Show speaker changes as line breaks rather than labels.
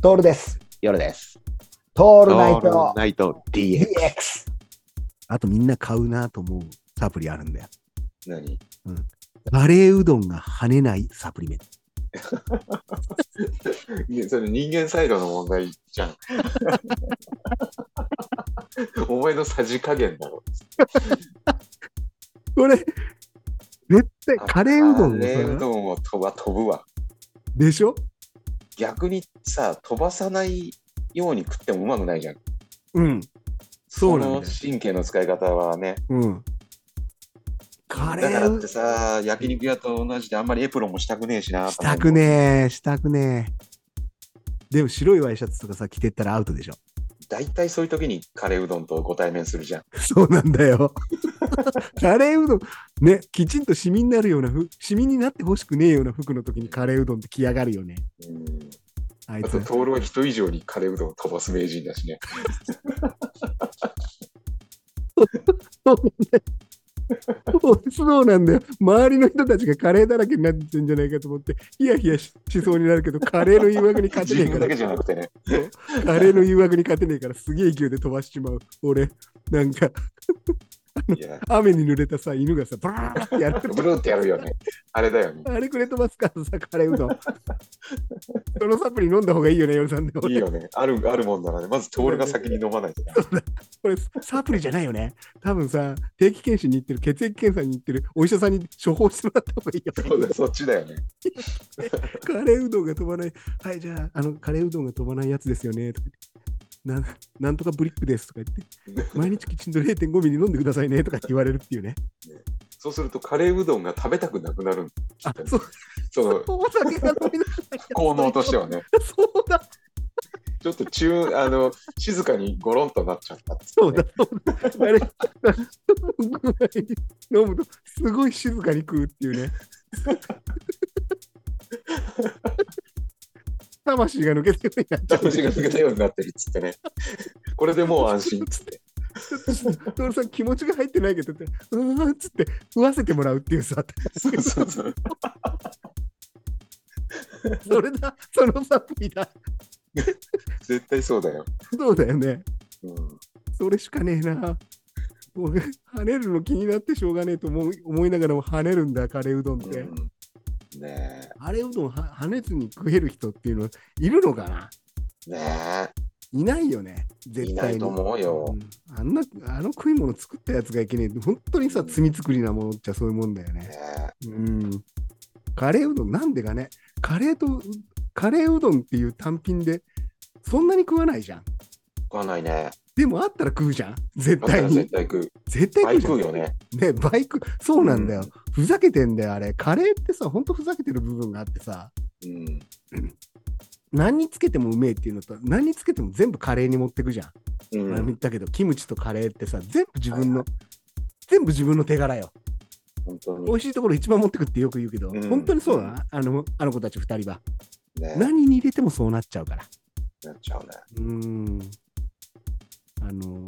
トールです。
夜です。
ト
オ
ールナイト
ナイト
DX。
DX。
あとみんな買うなと思うサプリあるんだよ。
何
カレーうどんが跳ねないサプリメント。
いやそれ人間サイドの問題じゃ ん。お前のさじ加減だろ。
これ、絶対カレーうどん
カ
も
レーう
さ
どんも飛ば飛ぶわ。
でしょ
逆にさ、飛ばさないように食ってもうまくないじゃん。
うん。そうなんだよ
この。神経の使い方はね。
うん。カレ
だからっ
ー
てさ、焼肉屋と同じであんまりエプロンもしたくねえしな。
したく
え。
ねえ、したくねえ。でも白いワイシャツとかさ、着てったらアウトでしょ。
大体そういう時にカレーうどんとご対面するじゃん。
そうなんだよ。 カレーうどん、ね、きちんとシミになるような服、シミになってほしくねえような服の時にカレーうどんって着やがるよね。
うん
あい
あ
つ
と、。トールは人以上にカレーうどんを飛ばす名人だしね。
そうなんだよ。周りの人たちがカレーだらけになってんじゃないかと思って、ヒヤヒヤししそうになるけど、カレーの誘惑に勝
自
てねえ
分
か
だ
ら
け、じゃなくてね。
カレーの誘惑に勝てねえから、すげえ勢いで飛ばしちまう。俺、なんか、
いや、
雨に濡れたさ、犬がさ、ブラーってやる。
ブルーってやるよね。あれだよね。
あれくれ飛ばすからさ、カレーうどん。そのサプリ飲んだ方がいいよね、夜さんで。
いいよね。ある、あるもんならね。まずトールが先に飲まな いとね。
これサプリじゃないよね。多分さ、定期検診に行ってる、血液検査に行ってる、お医者さんに処方してもらった方がいいよね。
そうだ、そっちだよね。
カレーうどんが飛ばない。はい、じゃあ、あの、カレーうどんが飛ばないやつですよね。とか言ってなんなんとかブリックですとか言って、毎日きちんと0.5ミリ飲んでくださいねとか言われるっていう ね。
そうすると、カレーうどんが食べたくなくなるん
あ、そう、
その
お酒が飲みながら。
効能としてはね、
そうだ、
ちょっと中、あの、静かにゴロンとなっちゃったっつって
そ
ね、
うだ、そうだ。あれ、飲むと、すごい静かに食うっていう ね。魂が抜けてるようになっちゃう
魂が抜けたようになってるっつってね。これでもう安心っ つって。
ちょっとトールさん気持ちが入ってないけどってうーんっつって食わせてもらうっていうさ
そうそうそう。
それだそのサプリだ
絶対そうだよ。
そうだよね
うん。
それしかねえな俺跳ねるの気になってしょうがねえと思い思いながらも跳ねるんだカレーうどんっ
う
て、
んね
カレーうどんは跳ねずに食える人っていうのいるのかな
え。ね
いないよね絶対に
いないと思うよ
んあんなあの食い物作ったやつがいけねえって本当にさ罪作りなものっちゃそういうもんだよね
え。ね
うんカレーうどんなんでかねカレーとうカレーうどんっていう単品でそんなに食わないじゃん
え。わかんないね。
でもあったら食うじゃん絶
あった
対
ら
に
絶対食う。
絶対食
倍
うじゃ
食
ん
うよね。
ねバイクそうなんだよ、
うん
ふざけてんだよあれカレーってさほんとふざけてる部分があってさ
うん。
何につけてもうめえっていうのと何につけても全部カレーに持ってくじゃん、
う
前も言
ん。
ったけどキムチとカレーってさ全部自分の、
は
全部自分の手柄よ
本当
美
に。
味しいところ一番持ってくってよく言うけど、
うん
本当にそうだなあのあの子たち2人は
ねえ。
何に入れてもそうなっちゃうから
なっちゃうね。
うーん。あの、